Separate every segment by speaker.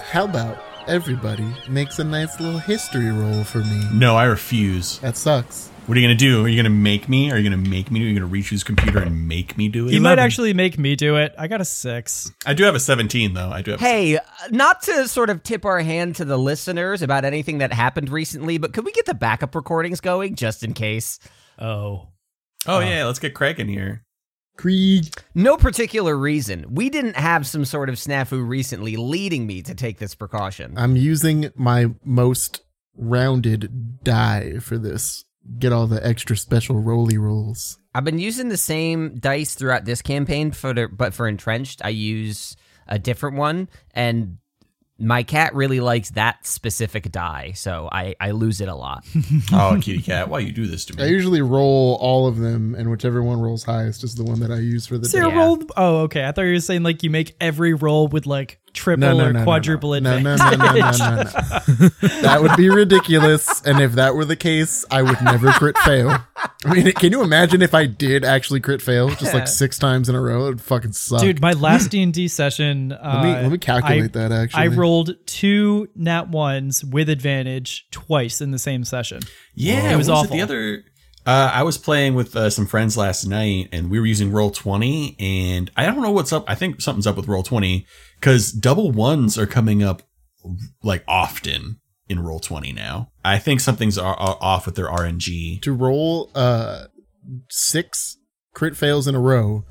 Speaker 1: How about everybody makes a nice little history roll for me?
Speaker 2: No, I refuse.
Speaker 1: That sucks.
Speaker 2: What are you gonna do? Are you gonna make me? Are you gonna make me? Are you gonna reach his computer and make me do it?
Speaker 3: You might
Speaker 2: 11.
Speaker 3: actually make me do it. I got a six.
Speaker 2: I do have a seventeen though. I do have. a
Speaker 4: Hey, uh, not to sort of tip our hand to the listeners about anything that happened recently, but could we get the backup recordings going just in case?
Speaker 3: Oh.
Speaker 2: 17. Oh yeah, let's get Craig in here.
Speaker 1: Creed.
Speaker 4: No particular reason. We didn't have some sort of snafu recently leading me to take this precaution.
Speaker 1: I'm using my most rounded die for this. Get all the extra special roly rolls.
Speaker 4: I've been using the same dice throughout this campaign, for the, but for entrenched, I use a different one, and my cat really likes that specific die, so I, I lose it a lot.
Speaker 2: Oh, kitty cat, why you do this to
Speaker 1: I
Speaker 2: me?
Speaker 1: usually roll all of them, and whichever one rolls highest is the one that I use for the
Speaker 3: So your
Speaker 4: Yeah.
Speaker 3: roll? Oh, okay. I thought you were saying like you make every roll with like triple
Speaker 1: no, no,
Speaker 3: or
Speaker 1: no,
Speaker 3: quadruple
Speaker 1: no, no.
Speaker 3: advantage.
Speaker 1: No, no, no, no, no, no, no. that would be ridiculous. And if that were the case, I would never crit fail. I mean, can you imagine if I did actually crit fail just like six times in a row? It would fucking suck.
Speaker 3: Dude, my last D and D session.
Speaker 1: let
Speaker 3: Uh,
Speaker 1: me let me calculate
Speaker 3: I-
Speaker 1: that. Actually,
Speaker 3: I rolled two nat ones with advantage twice in the same session.
Speaker 2: Yeah,
Speaker 3: It was
Speaker 2: what
Speaker 3: awful.
Speaker 2: the other. Uh, I was playing with uh, some friends last night, and we were using roll twenty, and I don't know what's up. I think something's up with roll twenty because double ones are coming up like often in roll twenty now. I think something's are, are off with their RNG.
Speaker 1: to roll uh six crit fails in a row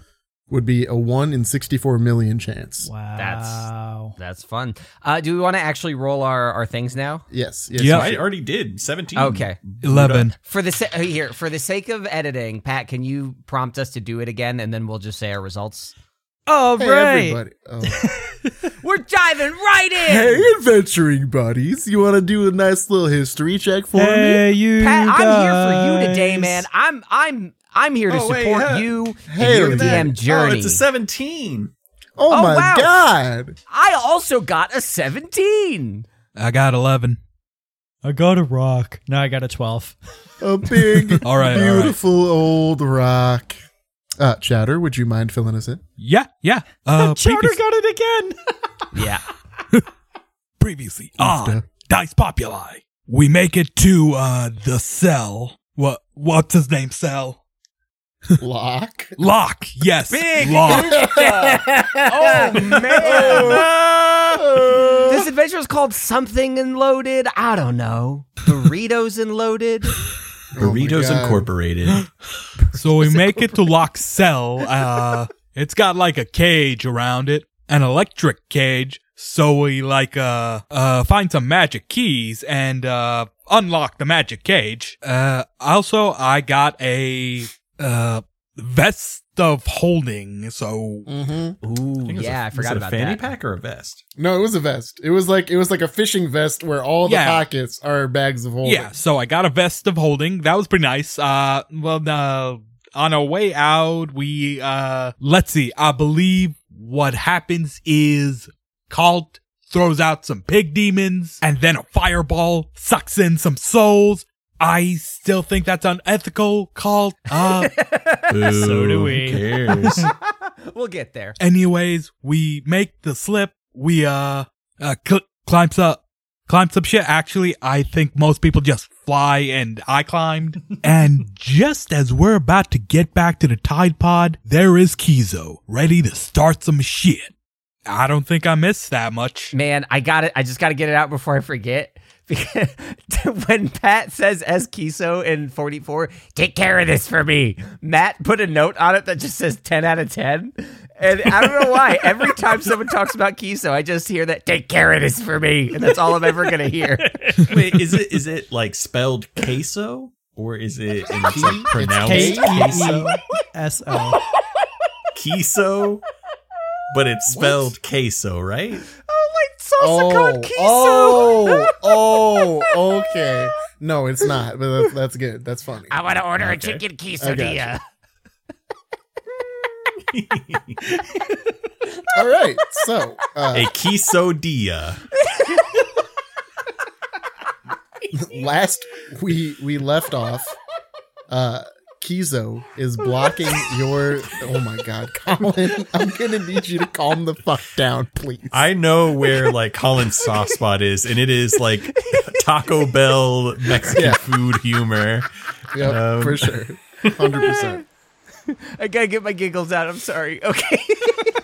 Speaker 1: would be a one in sixty four million chance.
Speaker 3: Wow.
Speaker 4: That's fun. Uh, do we want to actually roll our, our things now?
Speaker 1: Yes. Yes.
Speaker 5: Yeah.
Speaker 2: I already did seventeen.
Speaker 4: Okay.
Speaker 5: Eleven.
Speaker 4: For the sa- here, for the sake of editing, Pat, can you prompt us to do it again, and then we'll just say our results?
Speaker 3: All
Speaker 1: Hey,
Speaker 3: right.
Speaker 1: everybody. Oh.
Speaker 4: We're diving right in.
Speaker 1: hey, adventuring buddies. You want to do a nice little history check for me?
Speaker 3: Hey, you
Speaker 4: Pat, I'm here for you today,
Speaker 3: guys.
Speaker 4: man. I'm I'm I'm here to
Speaker 2: Oh, wait,
Speaker 4: support
Speaker 2: huh?
Speaker 4: you in
Speaker 1: Hey,
Speaker 4: your
Speaker 1: look at
Speaker 4: DM
Speaker 1: that.
Speaker 4: journey.
Speaker 2: Oh, it's a seventeen.
Speaker 1: Oh,
Speaker 4: Oh,
Speaker 1: my
Speaker 4: wow.
Speaker 1: god.
Speaker 4: I also got a 17.
Speaker 5: I got eleven.
Speaker 3: I got a rock. No, I got a 12.
Speaker 1: A big,
Speaker 5: All right, all right.
Speaker 1: beautiful old rock. Uh, Chatter, would you mind filling us in?
Speaker 5: Yeah, yeah.
Speaker 1: Oh,
Speaker 5: Uh,
Speaker 3: Chowder
Speaker 5: previous-
Speaker 3: got it again.
Speaker 4: Yeah.
Speaker 5: previously on Dice Populi. We make it to uh the cell. What what's his name? Cell
Speaker 1: Lock.
Speaker 5: Lock. Yes, Lock.
Speaker 4: oh man. this adventure is called Something Unloaded. I don't know. Burritos Unloaded.
Speaker 2: Burritos
Speaker 1: God.
Speaker 2: Incorporated.
Speaker 5: so we make it to Lock's cell. Uh, it's got like a cage around it, an electric cage. So we like uh uh find some magic keys and uh unlock the magic cage. Uh, also I got a uh vest of holding. So
Speaker 1: hmm
Speaker 4: Ooh,
Speaker 2: think it was
Speaker 4: yeah,
Speaker 2: a-
Speaker 4: I
Speaker 2: was
Speaker 4: forgot
Speaker 2: it a
Speaker 4: about
Speaker 2: fanny
Speaker 4: that.
Speaker 2: pack or a vest.
Speaker 1: No, it was a vest. It was like it was like a fishing vest where all the
Speaker 5: Yeah.
Speaker 1: pockets are bags of holding.
Speaker 5: Yeah, so I got a vest of holding. That was pretty nice. Uh, well, uh, on our way out, we, uh, let's see, I believe what happens is Cult throws out some pig demons and then a fireball sucks in some souls. I still think that's unethical, Cult. Uh,
Speaker 2: so
Speaker 3: do we.
Speaker 2: Who cares?
Speaker 4: We'll get there.
Speaker 5: anyways, we make the slip. We, uh, uh, cl- climbs up, climbs up shit. Actually, I think most people just fly and I climbed. and just as we're about to get back to the Tide Pod, there is Kizo ready to start some shit. I don't think I missed that much.
Speaker 4: Man, I got it. I just got to get it out before I forget. Because when Pat says as Kiso in 44, take care of this for me. Matt put a note on it that just says 10 out of 10. And I don't know why. Every time someone talks about Kiso, I just hear that take care of this for me. And that's all I'm ever going to hear.
Speaker 2: Wait, is it is it like spelled queso or is it and it's like
Speaker 3: K E
Speaker 2: pronounced queso?
Speaker 3: E S O.
Speaker 2: Queso, but it's spelled queso, right?
Speaker 4: Oh, my salsa con
Speaker 1: Oh,
Speaker 4: Kiso.
Speaker 1: oh, oh, okay. No, it's not, but that's, that's good. That's funny.
Speaker 4: I want to order a
Speaker 2: Okay.
Speaker 4: chicken
Speaker 1: I
Speaker 4: quesadilla.
Speaker 1: All right. So, uh,
Speaker 2: A quesodilla.
Speaker 1: last we we left off, uh, Kizo is blocking your. Oh my God, Colin! I'm gonna need you to calm the fuck down, please.
Speaker 2: I know where like Colin's soft spot is, and it is like Taco Bell Mexican
Speaker 1: Yeah.
Speaker 2: food humor.
Speaker 1: Yep,
Speaker 2: um,
Speaker 1: for sure, hundred percent.
Speaker 4: I gotta get my giggles out. I'm sorry. Okay.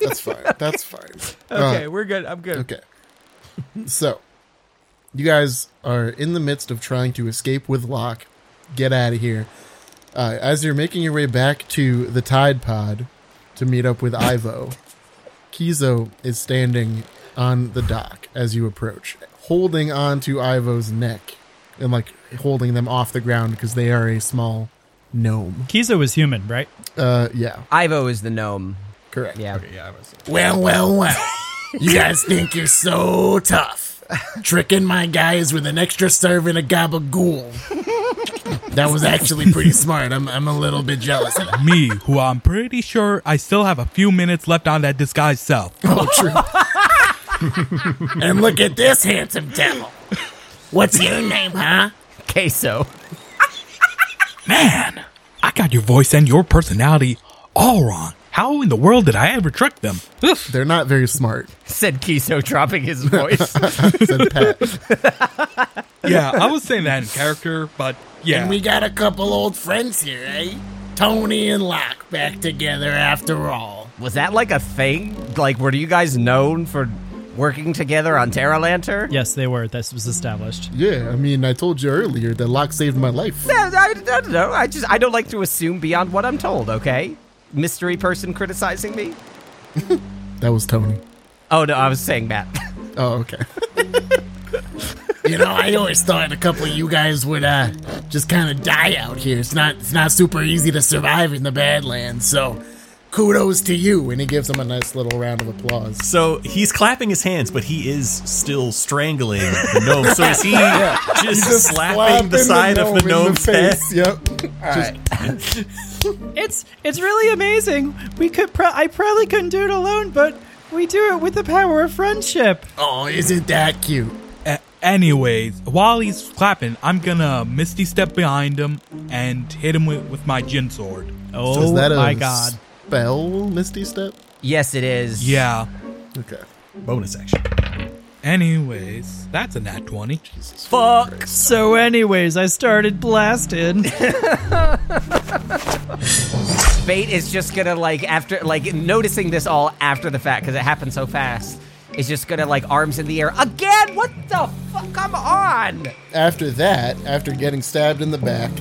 Speaker 1: That's fine. That's fine.
Speaker 4: okay, we're good. I'm good.
Speaker 1: Okay. So, you guys are in the midst of trying to escape with Locke. Get out of here. Uh, as you're making your way back to the Tide Pod to meet up with Ivo, Kizo is standing on the dock as you approach, holding on to Ivo's neck and like holding them off the ground because they are a small gnome.
Speaker 3: Kizo is human, right?
Speaker 1: Uh, yeah,
Speaker 4: Ivo is the gnome.
Speaker 1: correct.
Speaker 4: Yeah.
Speaker 2: Yeah, I was
Speaker 1: Well, well, well. You guys think you're so tough. Tricking my guys with an extra serve and a gabagool. That was actually pretty smart. I'm, I'm a little bit jealous. of that.
Speaker 5: Me, who I'm pretty sure I still have a few minutes left on that disguised self.
Speaker 1: Oh, true. and look at this handsome devil. What's your name, huh?
Speaker 4: Queso.
Speaker 5: Man, I got your voice and your personality all wrong. How in the world did I ever trick them? Ugh.
Speaker 1: They're not very smart,
Speaker 4: Said Queso, dropping his voice.
Speaker 1: said Pat.
Speaker 5: yeah, I was saying that in character, but yeah.
Speaker 1: got a couple old friends here, eh? Tony and Locke back together after all.
Speaker 4: was that like a thing? Like, were you guys known for working together on Terra Lanter?
Speaker 3: Yes, they were. This was established.
Speaker 1: Yeah, I mean, I told you earlier that Locke saved my life.
Speaker 4: Yeah, I, I don't know. I just I don't like to assume beyond what I'm told. Okay, mystery person criticizing me.
Speaker 1: That was Tony.
Speaker 4: Oh no, I was saying Matt.
Speaker 1: Oh, okay. you know, I always thought a couple of you guys would uh just kind of die out here. It's not it's not super easy to survive in the Badlands, so kudos to you. And he gives him a nice little round of applause.
Speaker 2: So he's clapping his hands, but he is still strangling the gnome. So is he just, slapping the side of the gnome's head?
Speaker 1: Yep.
Speaker 3: It's it's really amazing. We could pro- I probably couldn't do it alone, but we do it with the power of friendship.
Speaker 1: Oh, isn't that cute?
Speaker 5: A- anyways, while he's clapping, I'm gonna misty step behind him and hit him with, with my gin sword.
Speaker 3: Oh
Speaker 1: Is that a
Speaker 3: my god.
Speaker 1: spell, Misty Step?
Speaker 4: yes, it is.
Speaker 5: Yeah.
Speaker 1: Okay.
Speaker 2: Bonus action.
Speaker 5: Anyways, that's a nat 20.
Speaker 4: Fuck.
Speaker 3: So anyways, I started blasting.
Speaker 4: Bait is just gonna like after like noticing this all after the fact because it happened so fast. Is just gonna like arms in the air again. What the fuck? Come on.
Speaker 1: After that, after getting stabbed in the back,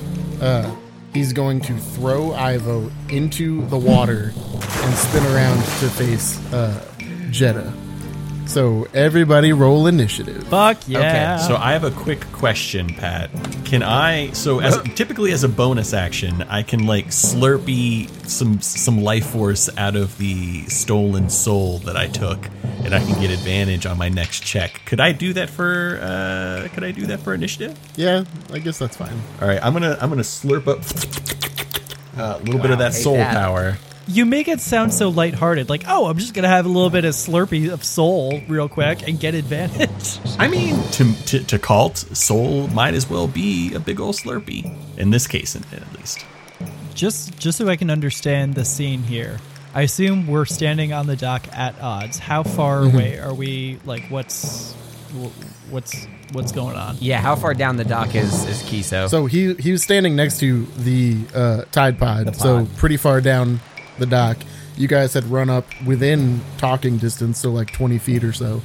Speaker 1: uh, he's going to throw Ivo into the water and spin around to face uh, Jetta. So everybody roll initiative.
Speaker 3: Fuck yeah.
Speaker 2: So I have a quick question, Pat. Can I? So as typically as a bonus action, I can like slurpy some some life force out of the stolen soul that I took, and I can get advantage on my next check. Could I do that for? uh Could I do that for initiative?
Speaker 1: Yeah, I guess that's fine.
Speaker 2: All right, I'm gonna I'm gonna slurp up uh, a little bit of that
Speaker 4: hate
Speaker 2: soul
Speaker 4: that.
Speaker 2: power.
Speaker 3: you make it sound so lighthearted. Like, "Oh, I'm just going to have a little bit of slurpee of soul real quick and get advantage."
Speaker 2: I mean, to, to to cult soul might as well be a big old slurpee in this case, at at least.
Speaker 3: just just so I can understand the scene here. I assume we're standing on the dock at odds. How far
Speaker 1: Mm-hmm.
Speaker 3: away are we? Like, what's wh- what's what's going on?
Speaker 4: Yeah. How far down the dock is is Kiso?
Speaker 1: So he he was standing next to the uh, Tide Pod, so pretty far down the dock. You guys had run up within talking distance, so like 20 feet or so.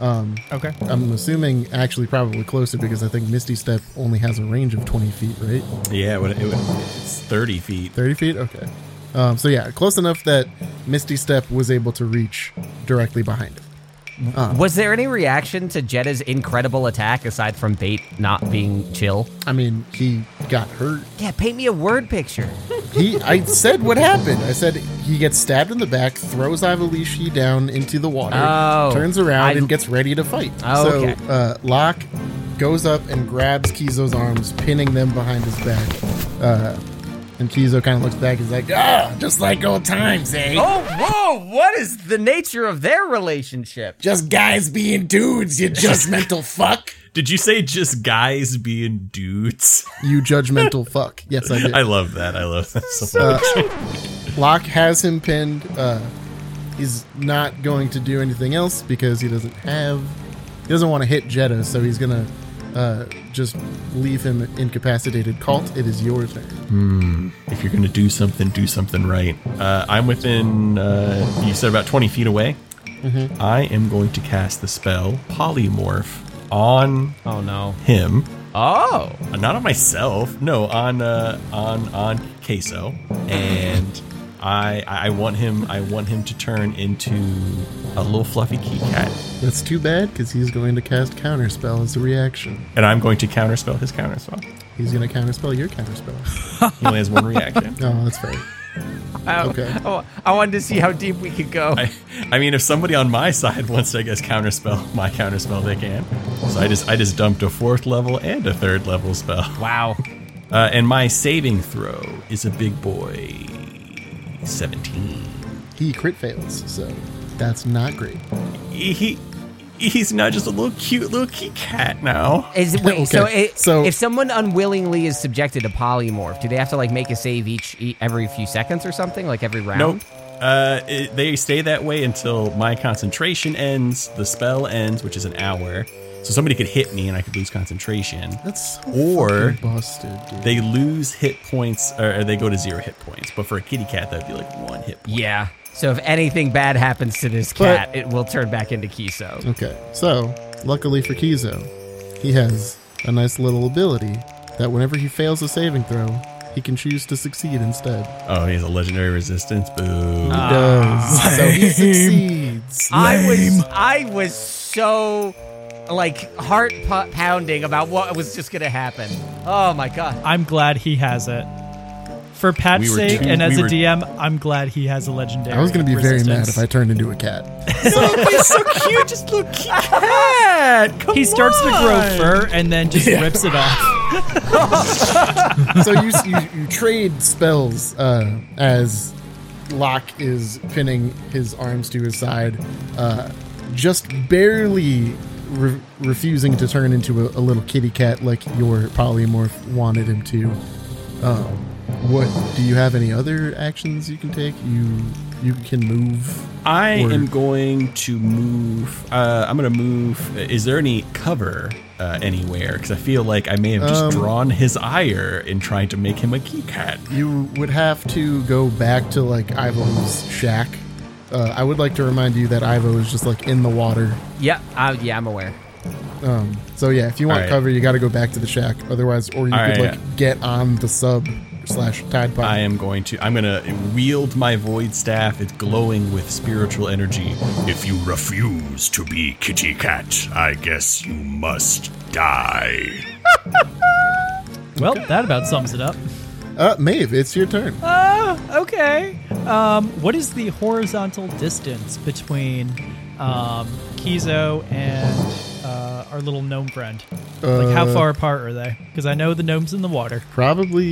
Speaker 3: Okay.
Speaker 1: I'm assuming actually probably closer because I think Misty Step only has a range of 20 feet, right?
Speaker 2: Yeah, it would, it would, it's 30 feet.
Speaker 1: 30 feet? Okay. Um, so yeah, close enough that Misty Step was able to reach directly behind it.
Speaker 4: Was there any reaction to Jetta's incredible attack aside from Bait not being chill?
Speaker 1: I mean, he got hurt.
Speaker 4: Yeah, paint me a word picture.
Speaker 1: He, I said what happened. I said he gets stabbed in the back, throws Ivalishi down into the water,
Speaker 4: Oh.
Speaker 1: turns around
Speaker 4: I-
Speaker 1: and gets ready to fight.
Speaker 4: Oh,
Speaker 1: so
Speaker 4: okay.
Speaker 1: uh, Locke goes up and grabs Kizo's arms, pinning them behind his back. Uh, And Kizo kind of looks back and is like, ah, just like old times, eh?
Speaker 4: Oh, whoa! What is the nature of their relationship?
Speaker 1: Just guys being dudes, you just mental fuck.
Speaker 2: Did you say just guys being dudes?
Speaker 1: You judgmental fuck. Yes, I did.
Speaker 2: I love that. I love that so,
Speaker 1: Uh,
Speaker 2: much.
Speaker 1: Locke has him pinned. Uh, he's not going to do anything else because he doesn't have. He doesn't want to hit Jeddah, so he's gonna uh, just leave him incapacitated. Cult, it is your turn.
Speaker 2: If you're gonna do something, do something right. Uh, I'm within. Uh, you said about 20 feet away. I am going to cast the spell polymorph on
Speaker 4: Oh no!
Speaker 2: him.
Speaker 4: Oh,
Speaker 2: Uh, not on myself no on uh on on queso and i i I want him i want him to turn into a little fluffy kitty cat
Speaker 1: That's too bad because he's going to cast counterspell as a reaction.
Speaker 2: and i'm going to counterspell his counterspell
Speaker 1: He's gonna counterspell your counterspell.
Speaker 2: he only has one reaction
Speaker 1: Oh, that's fair.
Speaker 4: I,
Speaker 1: Okay.
Speaker 4: I, Oh, I wanted to see how deep we could go.
Speaker 2: I, I mean if somebody on my side wants to i guess counterspell my counterspell they can so i just i just dumped a fourth level and a third level spell
Speaker 4: wow.
Speaker 2: uh, and my saving throw is a big boy 17
Speaker 1: He crit fails, so that's not great.
Speaker 2: he he's not just a little cute little kitty cat now.
Speaker 4: Is wait,
Speaker 1: Okay,
Speaker 4: so, it,
Speaker 1: so-
Speaker 4: if someone unwillingly is subjected to polymorph, do they have to like make a save each e- every few seconds or something, like every round?
Speaker 2: Nope. Uh, it, they stay that way until my concentration ends, the spell ends, which is an hour. So somebody could hit me and I could lose concentration.
Speaker 1: That's so
Speaker 2: Or-
Speaker 1: fucking busted, dude.
Speaker 2: They lose hit points, or, or they go to zero hit points. But for a kitty cat, that'd be like one hit point.
Speaker 4: Yeah. So if anything bad happens to this
Speaker 1: But-
Speaker 4: cat, it will turn back into Kiso.
Speaker 1: Okay, so luckily for Kizo, he has a nice little ability that whenever he fails a saving throw, he can choose to succeed instead.
Speaker 2: Oh, he has a legendary resistance. Boo.
Speaker 1: He does. So he succeeds.
Speaker 4: I was I was so like heart pu- pounding about what was just gonna happen. Oh my god.
Speaker 3: I'm glad he has it. For Pat's
Speaker 2: We were
Speaker 3: sake
Speaker 2: too-
Speaker 3: and as
Speaker 2: we
Speaker 3: a
Speaker 2: were-
Speaker 3: DM, I'm glad he has a legendary.
Speaker 1: I was going to be very mad
Speaker 3: resistance.
Speaker 1: if I turned into a cat.
Speaker 2: he's so cute. Just look, kitty cat. Come
Speaker 3: He starts to grow
Speaker 2: on.
Speaker 3: fur and then just rips it off.
Speaker 1: so you, you, you trade spells uh, as Locke is pinning his arms to his side, uh, just barely re- refusing to turn into a, a little kitty cat like your polymorph wanted him to. Um, what do you have? Any other actions you can take? You you can move.
Speaker 2: I
Speaker 1: Word.
Speaker 2: am going to move. Uh, I'm going to move. Is there any cover uh, anywhere? Because I feel like I may have just
Speaker 1: Um,
Speaker 2: drawn his ire in trying to make him a key cat.
Speaker 1: You would have to go back to like Ivo's shack. Uh, I would like to remind you that Ivo is just like in the water
Speaker 4: Yep. Uh, yeah, I'm aware.
Speaker 1: Um, so yeah, if you want
Speaker 2: Alright.
Speaker 1: cover, you got to go back to the shack. Otherwise, or you could
Speaker 2: Alright,
Speaker 1: like
Speaker 2: yeah.
Speaker 1: get on the sub slash tide pod.
Speaker 2: I am going to. I'm going to wield my void staff. It's glowing with spiritual energy.
Speaker 6: If you refuse to be kitty cat, I guess you must die.
Speaker 3: Well, that about sums it up. Uh,
Speaker 1: Uh, Maeve, it's your turn.
Speaker 3: Okay. Um, what is the horizontal distance between um, Kizo and uh, our little gnome friend? like, how
Speaker 1: Uh,
Speaker 3: far apart are they? Because I know the gnome's in the water.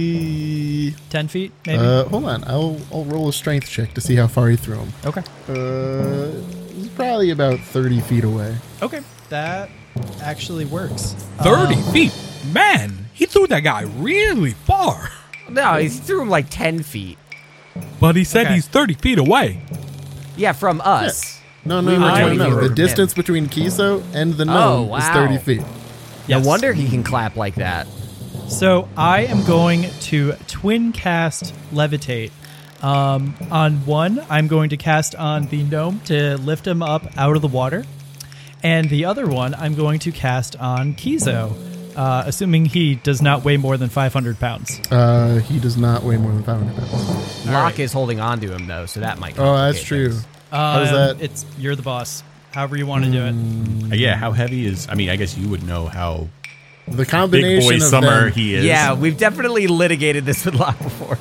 Speaker 1: Probably.
Speaker 3: 10 feet, maybe?
Speaker 1: Uh, hold on. I'll I'll roll a strength check to see how far you threw him.
Speaker 3: okay.
Speaker 1: Uh, he's probably about thirty feet away.
Speaker 3: Okay. That actually works.
Speaker 5: 30
Speaker 3: Um,
Speaker 5: feet. Man, he threw that guy really far.
Speaker 4: No, he threw him like ten feet.
Speaker 5: But he said
Speaker 3: Okay.
Speaker 5: he's 30 feet away.
Speaker 4: Yeah, from us.
Speaker 1: No, no,
Speaker 4: We
Speaker 1: no,
Speaker 4: were
Speaker 1: no,
Speaker 4: doing
Speaker 1: no.
Speaker 4: it.
Speaker 1: The distance between Kiso and the gnome
Speaker 4: Oh,
Speaker 1: is
Speaker 4: wow.
Speaker 1: thirty feet.
Speaker 3: yes.
Speaker 4: No wonder he can clap like that.
Speaker 3: So I am going to twin cast levitate. Um, on one, I'm going to cast on the gnome to lift him up out of the water, and the other one I'm going to cast on Kizo, uh, assuming he does not weigh more than 500 pounds.
Speaker 1: Uh, he does not weigh more than five hundred pounds.
Speaker 4: Locke is holding on to him though, so that might.
Speaker 1: Oh, that's
Speaker 4: complicate
Speaker 1: true.
Speaker 4: things.
Speaker 1: How does
Speaker 3: Um,
Speaker 1: that? Hmm.
Speaker 3: It's you're the boss. However you want to do it.
Speaker 2: Uh, yeah, how heavy is? I mean, I guess you would know how
Speaker 1: The
Speaker 2: big
Speaker 1: combination
Speaker 2: boy
Speaker 1: of
Speaker 2: summer
Speaker 1: them-
Speaker 2: he is.
Speaker 4: Yeah, we've definitely litigated this with Locke before.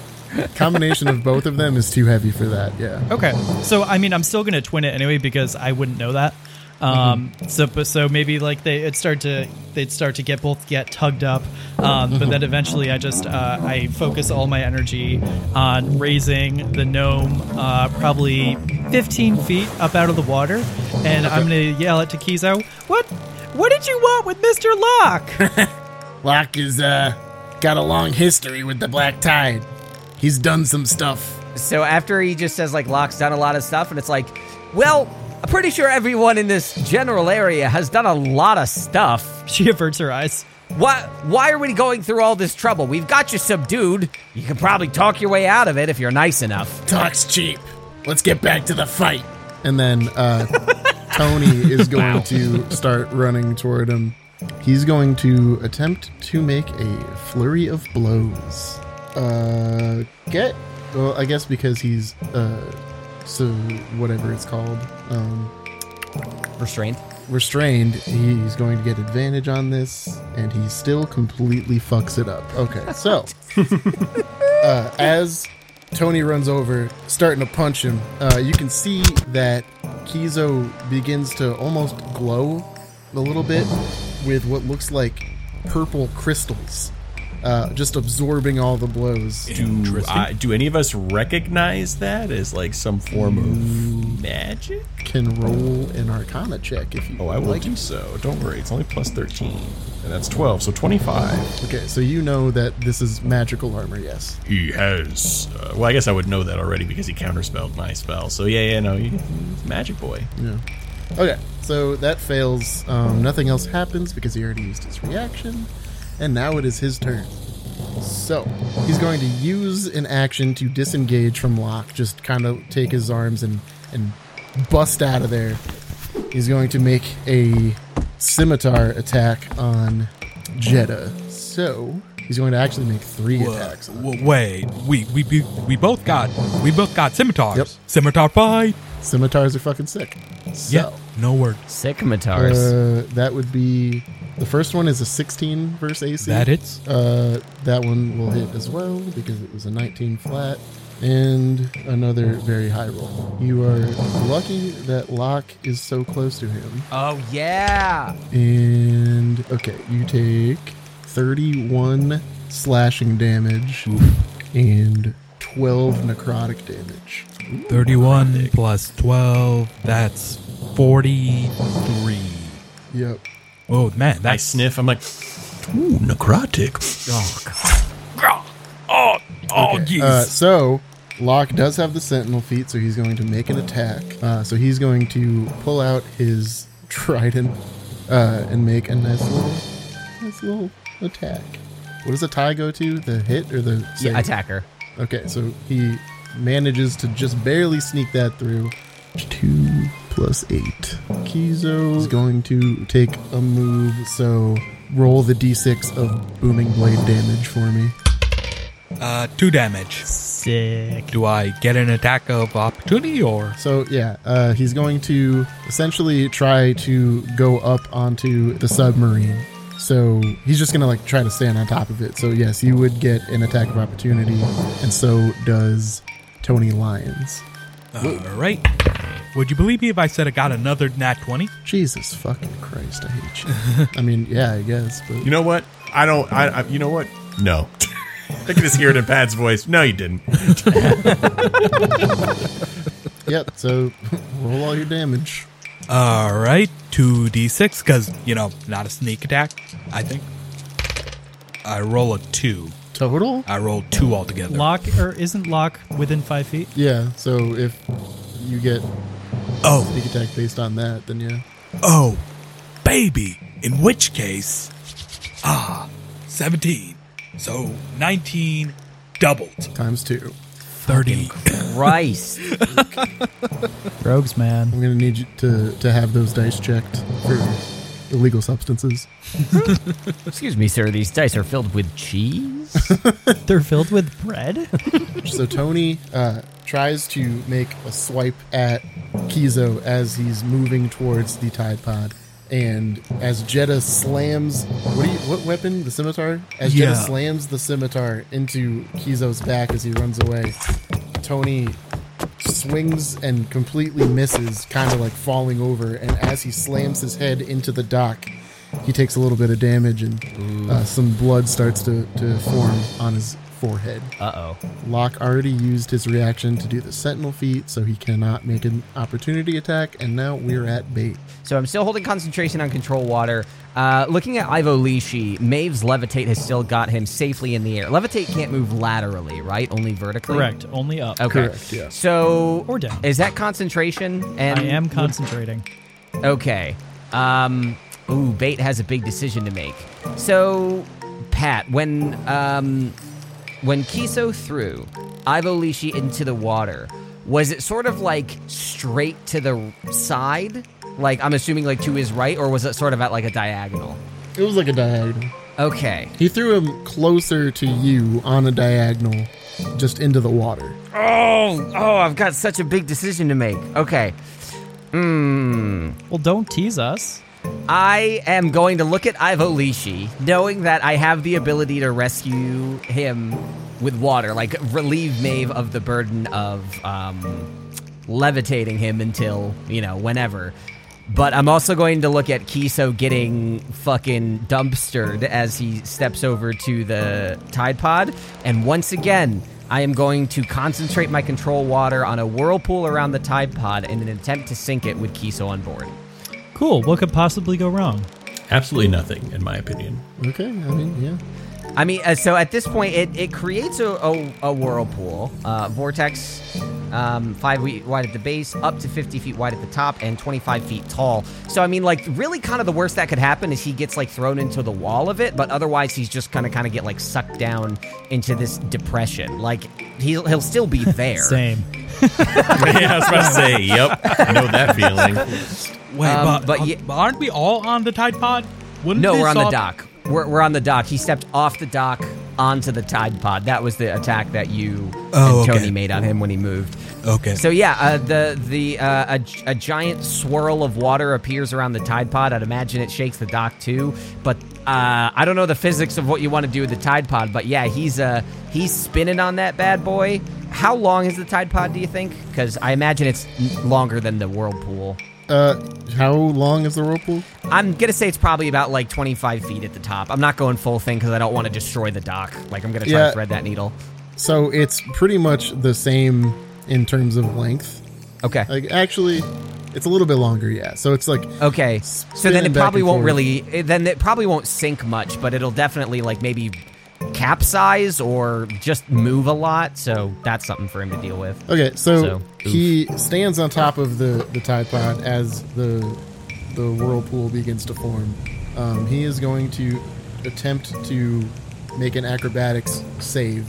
Speaker 1: combination of both of them is too heavy for that. Yeah.
Speaker 3: Okay, so I mean, I'm still going to twin it anyway because I wouldn't know that. Um, so, but so maybe like they it start to they'd start to get both get tugged up, um, but then eventually I just uh, I focus all my energy on raising the gnome uh, probably 15 feet up out of the water, and I'm gonna yell at Takizo, "What? What did you want with Mister Locke?"
Speaker 1: Locke is uh got a long history with the Black Tide. He's done some stuff.
Speaker 4: So after he just says like Locke's done a lot of stuff, and it's like, well, I'm pretty sure everyone in this general area has done a lot of stuff.
Speaker 3: she averts her eyes.
Speaker 4: Why? Why are we going through all this trouble? We've got you subdued. You can probably talk your way out of it if you're nice enough.
Speaker 1: Talk's cheap. Let's get back to the fight. And then uh, Tony is going to start running toward him. He's going to attempt to make a flurry of blows. Uh, get. Well, I guess because he's uh, so whatever it's called, um,
Speaker 4: Restrained.
Speaker 1: restrained. He's going to get advantage on this, and he still completely fucks it up. Okay, so uh, as Tony runs over, starting to punch him, uh, you can see that Kizo begins to almost glow a little bit with what looks like purple crystals, uh, just absorbing all the blows.
Speaker 2: Do, I, do any of us recognize that as like some form of magic?
Speaker 1: Can roll an Arcana check if you.
Speaker 2: Oh, I will do so. Don't worry, it's only plus thirteen, and that's twelve, so twenty-five.
Speaker 1: Okay, so you know that this is magical armor. Yes.
Speaker 2: He has. Uh, well, I guess I would know that already because he counterspelled my spell. So yeah, yeah, no, he, he's magic boy.
Speaker 1: Okay, so that fails. Um, nothing else happens because he already used his reaction, and now it is his turn. So he's going to use an action to disengage from Locke, just kind of take his arms and and bust out of there. He's going to make a scimitar attack on Jeddah. So he's going to actually make three attacks. On
Speaker 5: W- wait, we, we we we both got we both got scimitars.
Speaker 1: Yep.
Speaker 5: Scimitar fight.
Speaker 1: Scimitars are fucking sick. So
Speaker 5: Yeah, no word.
Speaker 4: Sick
Speaker 1: uh, that would be the first one is a 16 verse AC.
Speaker 5: That it's
Speaker 1: Uh, that one will hit as well because it was a 19 flat and another very high roll. You are lucky that Locke is so close to him.
Speaker 4: oh yeah.
Speaker 1: And okay, you take 31 slashing damage and 12 necrotic damage.
Speaker 5: thirty-one plus twelve. That's forty-three.
Speaker 1: Yep.
Speaker 5: Oh man,
Speaker 2: I
Speaker 5: that's
Speaker 2: sniff. I'm like, ooh, necrotic.
Speaker 5: Oh jeez.
Speaker 1: Uh, so Locke does have the sentinel feat, so he's going to make an attack. Uh, so he's going to pull out his trident uh, and make a nice little, nice little attack. What does a tie go to? The hit or the save?
Speaker 4: Yeah, attacker.
Speaker 1: Okay, so he manages to just barely sneak that through. Two plus eight. Kizo is going to take a move, so roll the d6 of booming blade damage for me.
Speaker 5: Uh, two damage.
Speaker 3: Sick.
Speaker 5: Do I get an attack of opportunity or?
Speaker 1: So yeah, uh, he's going to essentially try to go up onto the submarine. So he's just gonna like try to stand on top of it. So yes, you would get an attack of opportunity, and so does Tony Lyons.
Speaker 5: All right. Would you believe me if I said I got another nat twenty?
Speaker 1: Jesus fucking Christ, I hate you. I mean, yeah, I guess, but
Speaker 2: You know what? I don't. I, I you know what? No. I can just hear it in Pat's voice. No, you didn't.
Speaker 1: yep. So roll all your damage.
Speaker 5: All right, two d6 because you know not a sneak attack. I think I roll a two.
Speaker 1: Total.
Speaker 5: I roll two altogether.
Speaker 3: Lock or isn't lock within five feet?
Speaker 1: Yeah. So if you get
Speaker 5: Oh,
Speaker 1: sneak attack based on that, then yeah.
Speaker 5: oh, baby. In which case, ah, seventeen. So nineteen doubled.
Speaker 1: Times two.
Speaker 5: Thirty.
Speaker 4: Christ.
Speaker 3: Rogues, man.
Speaker 1: I'm gonna need you to to have those dice checked for illegal substances.
Speaker 4: Excuse me, sir. These dice are filled with cheese.
Speaker 3: They're filled with bread.
Speaker 1: So Tony uh, tries to make a swipe at Kizo as he's moving towards the Tide Pod, and as Jeddah slams what do you what weapon the scimitar? As Jeddah
Speaker 5: Yeah.
Speaker 1: slams the scimitar into Kizo's back as he runs away, Tony swings and completely misses, kind of like falling over. And as he slams his head into the dock, he takes a little bit of damage and uh, some blood starts to, to form on his forehead.
Speaker 4: Uh oh.
Speaker 1: Locke already used his reaction to do the sentinel feat, so he cannot make an opportunity attack, and now we're at bait.
Speaker 4: So I'm still holding concentration on control water. Uh, looking at Ivo Lishi, Maeve's levitate has still got him safely in the air. Levitate can't move laterally, right? Only vertically.
Speaker 3: Correct. Only up.
Speaker 4: Okay.
Speaker 1: Correct, yeah.
Speaker 4: So
Speaker 3: Or down.
Speaker 4: Is that concentration? And
Speaker 3: I am concentrating.
Speaker 4: Okay. Um, ooh, Bait has a big decision to make. So, Pat, when um, when Kiso threw Ivo Lishi into the water, was it sort of like straight to the side? Like I'm assuming like to his right, or was it sort of at like a diagonal?
Speaker 1: It was like a diagonal.
Speaker 4: Okay.
Speaker 1: He threw him closer to you on a diagonal, just into the water.
Speaker 4: Oh, oh, I've got such a big decision to make. Okay. Hmm.
Speaker 3: Well, don't tease us.
Speaker 4: I am going to look at Ivo Lishi, knowing that I have the ability to rescue him with water, like relieve Maeve of the burden of um, levitating him until, you know, whenever. But I'm also going to look at Kiso getting fucking dumpstered as he steps over to the Tide Pod. And once again, I am going to concentrate my control water on a whirlpool around the Tide Pod in an attempt to sink it with Kiso on board.
Speaker 3: Cool. What could possibly go wrong?
Speaker 2: Absolutely nothing, in my opinion.
Speaker 1: Okay, I mean, yeah.
Speaker 4: I mean, uh, so at this point, it, it creates a, a, a whirlpool, uh, vortex, um, five feet wide at the base, up to 50 feet wide at the top, and 25 feet tall. So, I mean, like, really kind of the worst that could happen is he gets, like, thrown into the wall of it, but otherwise he's just kind of kind of get, like, sucked down into this depression. Like, he'll, he'll still be there.
Speaker 3: Same.
Speaker 2: yeah, I was about to say, yep, I know that feeling.
Speaker 5: Wait,
Speaker 4: Um,
Speaker 5: but,
Speaker 4: but
Speaker 5: uh,
Speaker 4: ye-
Speaker 5: aren't we all on the Tide Pod? Wouldn't
Speaker 4: No,
Speaker 5: this
Speaker 4: we're on the
Speaker 5: all-
Speaker 4: dock. We're, we're on the dock. He stepped off the dock onto the Tide Pod. That was the attack that you
Speaker 5: Oh,
Speaker 4: and Tony
Speaker 5: okay.
Speaker 4: made on him when he moved.
Speaker 5: Okay.
Speaker 4: So yeah, uh, the the uh, a, a giant swirl of water appears around the Tide Pod. I'd imagine it shakes the dock too, but uh, I don't know the physics of what you want to do with the Tide Pod. But yeah, he's uh he's spinning on that bad boy. How long is the Tide Pod? Do you think? Because I imagine it's n- longer than the whirlpool.
Speaker 1: Uh, how long is the whirlpool?
Speaker 4: I'm gonna say it's probably about like 25 feet at the top. I'm not going full thing because I don't want to destroy the dock. Like I'm gonna try
Speaker 1: Yeah.
Speaker 4: to thread that needle.
Speaker 1: So it's pretty much the same in terms of length.
Speaker 4: Okay.
Speaker 1: Like, actually, it's a little bit longer, yeah. So it's like
Speaker 4: Okay. So
Speaker 1: spinning
Speaker 4: then it
Speaker 1: back
Speaker 4: probably
Speaker 1: and
Speaker 4: won't
Speaker 1: forth.
Speaker 4: really. It, then it probably won't sink much, but it'll definitely like maybe capsize or just move a lot. So that's something for him to deal with.
Speaker 1: Okay, so,
Speaker 4: So,
Speaker 1: he stands on top of the the tide pod as the the whirlpool begins to form. Um, he is going to attempt to make an acrobatics save,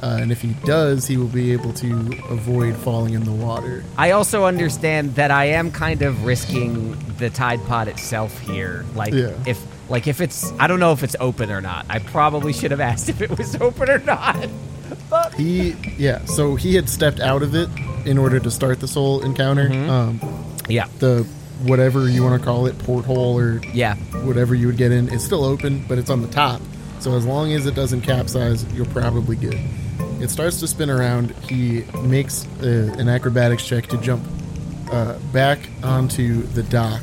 Speaker 1: uh, and if he does, he will be able to avoid falling in the water.
Speaker 4: I also understand that I am kind of risking the Tide Pod itself here. Like
Speaker 1: Yeah.
Speaker 4: if like if it's I don't know if it's open or not. I probably should have asked if it was open or not.
Speaker 1: He yeah, so he had stepped out of it in order to start this whole encounter. Um,
Speaker 4: yeah.
Speaker 1: the whatever you want to call it, porthole or
Speaker 4: Yeah.
Speaker 1: whatever you would get in. It's still open, but it's on the top. So as long as it doesn't capsize, you're probably good. It starts to spin around. He makes uh, an acrobatics check to jump uh, back onto the dock,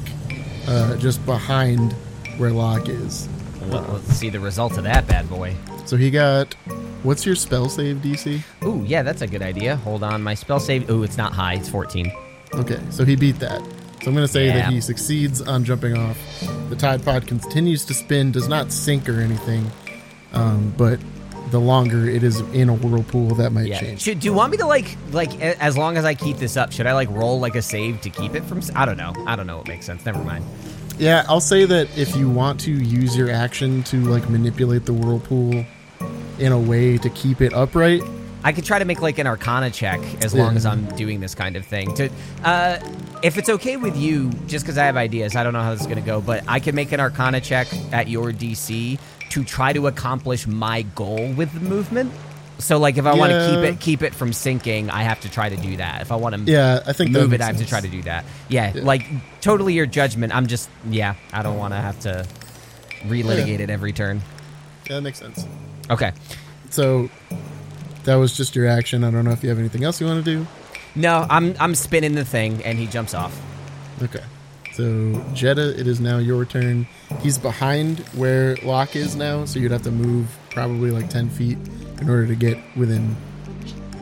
Speaker 1: uh, just behind where Locke is.
Speaker 4: Let, let's see the result of that bad boy.
Speaker 1: So he got. What's your spell save DC?
Speaker 4: Ooh, yeah, that's a good idea. Hold on, my spell save. Ooh, it's not high. It's 14.
Speaker 1: Okay, so he beat that. So I'm going to say
Speaker 4: Yeah.
Speaker 1: that he succeeds on jumping off. The Tide Pod continues to spin, does not sink or anything, um, but the longer it is in a whirlpool, that might
Speaker 4: Yeah.
Speaker 1: change.
Speaker 4: Should, do you want me to like like a- as long as I keep this up? Should I like roll like a save to keep it from? s- I don't know. I don't know. It makes sense. Never mind.
Speaker 1: Yeah, I'll say that if you want to use your action to like manipulate the whirlpool in a way to keep it upright,
Speaker 4: I could try to make like an Arcana check as long as I'm doing this kind of thing. To, uh, if it's okay with you, just because I have ideas, I don't know how this is gonna go, but I could make an Arcana check at your DC to try to accomplish my goal with the movement. So like if I want to keep
Speaker 1: Yeah.
Speaker 4: it keep it from sinking, I have to try to do that. If I want to
Speaker 1: yeah, I think that
Speaker 4: move it.
Speaker 1: makes
Speaker 4: I have to
Speaker 1: sense.
Speaker 4: try to do that. Yeah, like totally your judgment. I'm just yeah. I don't want to have to relitigate it every turn.
Speaker 1: Yeah, that makes sense.
Speaker 4: Okay.
Speaker 1: So that was just your action. I don't know if you have anything else you want to do.
Speaker 4: No, I'm I'm spinning the thing, and he jumps off.
Speaker 1: Okay. So Jetta, it is now your turn. He's behind where Locke is now, so you'd have to move probably like ten feet in order to get within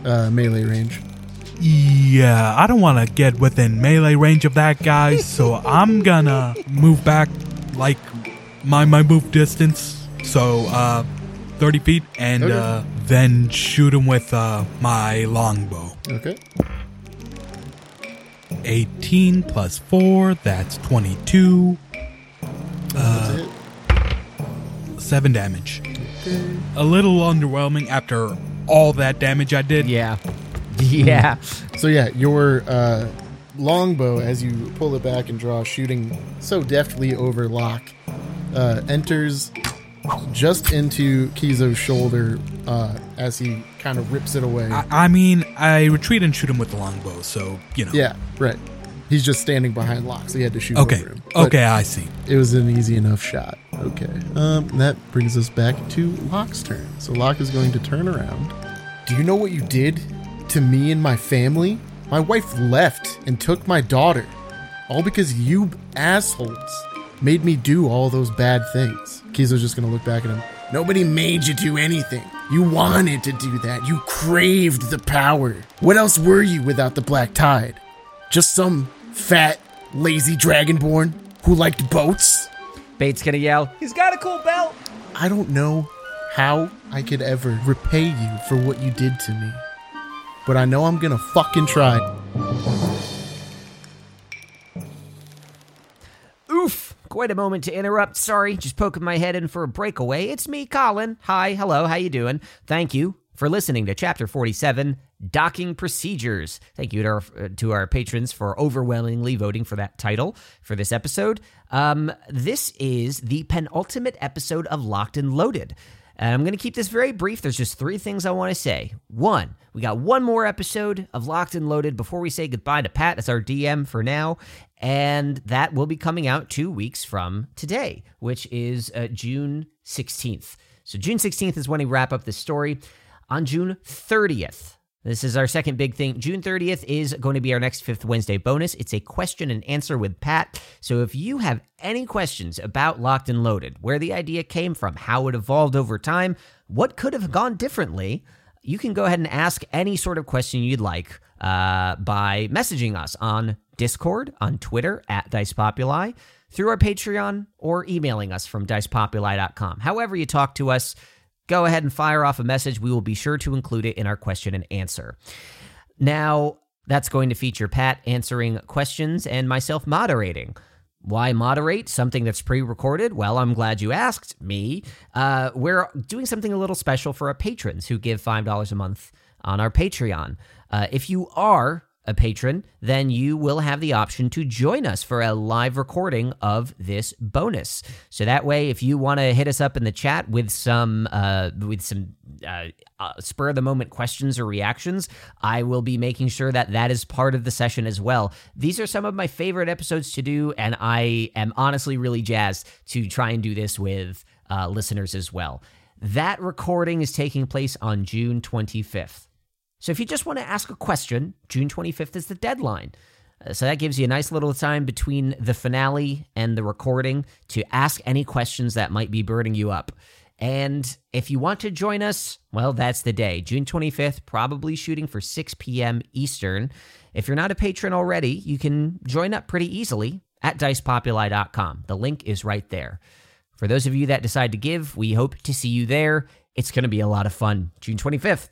Speaker 1: uh, melee range.
Speaker 5: Yeah, I don't want to get within melee range of that guy, so I'm gonna move back like my my move distance, so uh, 30 feet, and
Speaker 1: Okay.
Speaker 5: uh, then shoot him with uh, my longbow.
Speaker 1: Okay.
Speaker 5: 18 plus 4, that's 22,
Speaker 1: That's it.
Speaker 5: 7 damage. A little underwhelming after all that damage I did.
Speaker 4: Yeah, yeah.
Speaker 1: So yeah, your uh, longbow, as you pull it back and draw, shooting so deftly over Locke, uh, enters just into Kizo's shoulder uh, as he kind of rips it away.
Speaker 5: I, I mean, I retreat and shoot him with the longbow, so, you know.
Speaker 1: yeah, right. He's just standing behind Locke, so he had to shoot
Speaker 5: Okay.
Speaker 1: over him. But
Speaker 5: Okay, I see.
Speaker 1: It was an easy enough shot. Okay. Um, that brings us back to Locke's turn. So Locke is going to turn around. Do you know what you did to me and my family? My wife left and took my daughter. All because you assholes made me do all those bad things. Kizo's just going to look back at him. Nobody made you do anything. You wanted to do that. You craved the power. What else were you without the Black Tide? Just some fat, lazy dragonborn who liked boats?
Speaker 4: Bates gonna yell. He's got a cool belt.
Speaker 1: I don't know how I could ever repay you for what you did to me. But I know I'm gonna fucking try.
Speaker 4: Oof! Quite a moment to interrupt. Sorry, just poking my head in for a breakaway. It's me, Colin. Hi, hello, how you doing? Thank you for listening to Chapter 47, Docking Procedures. Thank you to our, uh, to our patrons for overwhelmingly voting for that title for this episode. Um, this is the penultimate episode of Locked and Loaded. And I'm going to keep this very brief. There's just three things I want to say. One, we got one more episode of Locked and Loaded before we say goodbye to Pat as our DM for now. And that will be coming out two weeks from today, which is uh, June 16th. So, June 16th is when we wrap up this story. On June 30th, this is our second big thing. June 30th is going to be our next Fifth Wednesday bonus. It's a question and answer with Pat. So if you have any questions about Locked and Loaded, where the idea came from, how it evolved over time, what could have gone differently, you can go ahead and ask any sort of question you'd like uh, by messaging us on Discord, on Twitter at Dice Populi, through our Patreon, or emailing us from dicepopuli.com. However, you talk to us, go ahead and fire off a message. We will be sure to include it in our question and answer. Now, that's going to feature Pat answering questions and myself moderating. Why moderate something that's pre recorded? Well, I'm glad you asked me. Uh, we're doing something a little special for our patrons who give $5 a month on our Patreon. Uh, if you are a patron, then you will have the option to join us for a live recording of this bonus. So that way, if you want to hit us up in the chat with some uh, with some uh, uh, spur of the moment questions or reactions, I will be making sure that that is part of the session as well. These are some of my favorite episodes to do, and I am honestly really jazzed to try and do this with uh, listeners as well. That recording is taking place on June 25th. So if you just want to ask a question, June 25th is the deadline. Uh, So that gives you a nice little time between the finale and the recording to ask any questions that might be burning you up. And if you want to join us, well, that's the day. June 25th, probably shooting for 6 p.m. Eastern. If you're not a patron already, you can join up pretty easily at dicepopuli.com. The link is right there. For those of you that decide to give, we hope to see you there. It's going to be a lot of fun. June 25th.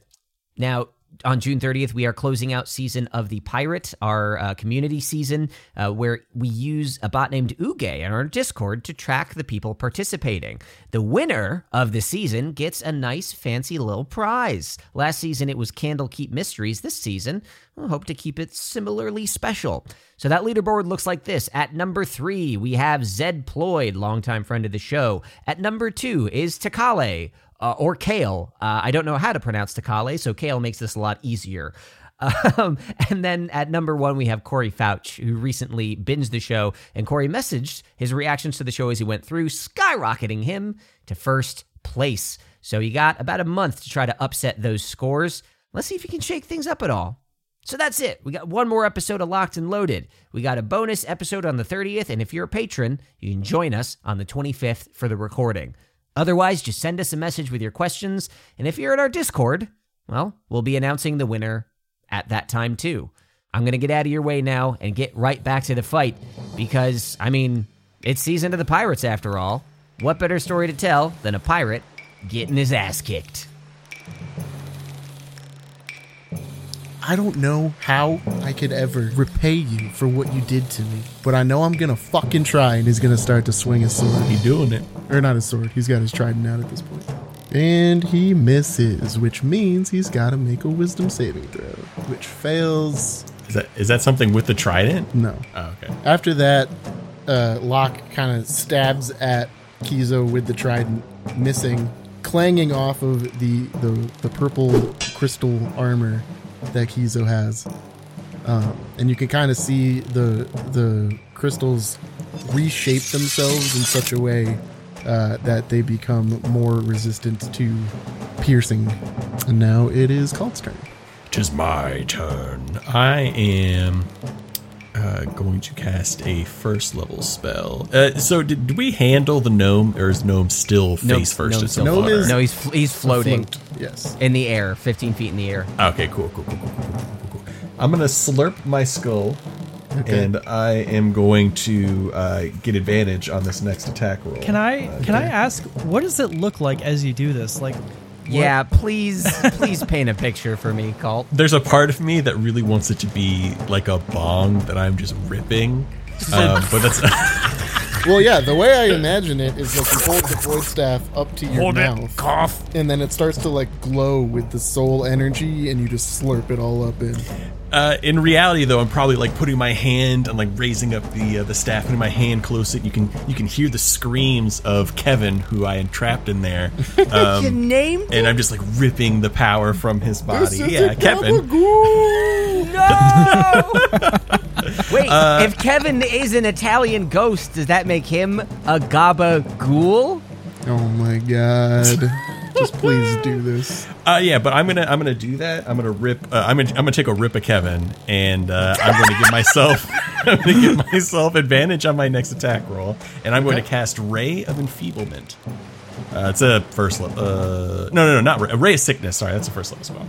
Speaker 4: Now, on June 30th, we are closing out season of the Pirate, our uh, community season, uh, where we use a bot named Uge in our Discord to track the people participating. The winner of the season gets a nice, fancy little prize. Last season, it was Candlekeep Mysteries. This season, we hope to keep it similarly special. So that leaderboard looks like this. At number three, we have Zed Ployd, longtime friend of the show. At number two is Takale uh, or Kale. Uh, I don't know how to pronounce Takale, so Kale makes this a lot easier. Um, and then at number one, we have Corey Fouch, who recently binged the show, and Corey messaged his reactions to the show as he went through, skyrocketing him to first place. So he got about a month to try to upset those scores. Let's see if he can shake things up at all. So that's it. We got one more episode of Locked and Loaded. We got a bonus episode on the 30th, and if you're a patron, you can join us on the 25th for the recording. Otherwise, just send us a message with your questions, and if you're in our Discord, well, we'll be announcing the winner at that time too. I'm going to get out of your way now and get right back to the fight because, I mean, it's season of the Pirates after all. What better story to tell than a pirate getting his ass kicked?
Speaker 1: I don't know how I could ever repay you for what you did to me, but I know I'm gonna fucking try. And he's gonna start to swing his sword,
Speaker 2: He doing it.
Speaker 1: or not his sword. He's got his trident out at this point, and he misses, which means he's gotta make a wisdom saving throw, which fails.
Speaker 2: Is that is that something with the trident?
Speaker 1: No.
Speaker 2: Oh, okay.
Speaker 1: After that, uh, Locke kind of stabs at Kizo with the trident, missing, clanging off of the the, the purple crystal armor that Kizo has. Um, and you can kind of see the the crystals reshape themselves in such a way uh, that they become more resistant to piercing. And now it is Kalt's turn.
Speaker 2: Tis my turn. I am uh, going to cast a first level spell. Uh, so, did, did we handle the gnome, or is gnome still face first?
Speaker 4: no,
Speaker 2: and so
Speaker 1: Gnome
Speaker 2: far?
Speaker 1: is-
Speaker 4: no, he's fl- he's floating
Speaker 1: Afloat. Yes.
Speaker 4: in the air, 15 feet in the air.
Speaker 2: Okay, cool, cool, cool, cool, cool, cool, cool, cool. I'm gonna slurp my skull, and I am going to uh, get advantage on this next attack roll.
Speaker 3: Can I can I ask what does it look like as you do this? Like
Speaker 4: Yeah, please, please paint a picture for me, Colt.
Speaker 2: There's a part of me that really wants it to be like a bong that I'm just ripping, um, but that's
Speaker 1: Well, yeah, the way I imagine it is like you hold the void staff up to your mouth,
Speaker 6: cough.
Speaker 1: and then it starts to like glow with the soul energy, and you just slurp it all up in.
Speaker 2: Uh, in reality, though, I'm probably like putting my hand and like raising up the uh, the staff, putting my hand close. It you can you can hear the screams of Kevin, who I entrapped in there,
Speaker 4: you
Speaker 2: um,
Speaker 4: named
Speaker 2: and I'm just like ripping the power from his body. Yeah, Kevin.
Speaker 4: No! Wait, if Kevin is an Italian ghost, does that make him a gabagool?
Speaker 1: Oh my god! just please do this.
Speaker 2: Uh, yeah, but I'm gonna I'm gonna do that. I'm gonna rip. Uh, I'm gonna I'm gonna take a rip of Kevin, and uh, I'm gonna give myself I'm gonna give myself advantage on my next attack roll, and I'm going to cast Ray of Enfeeblement. Uh, it's a first level. Uh, no, no, no, not Ray. Ray of Sickness. Sorry, that's a first level spell.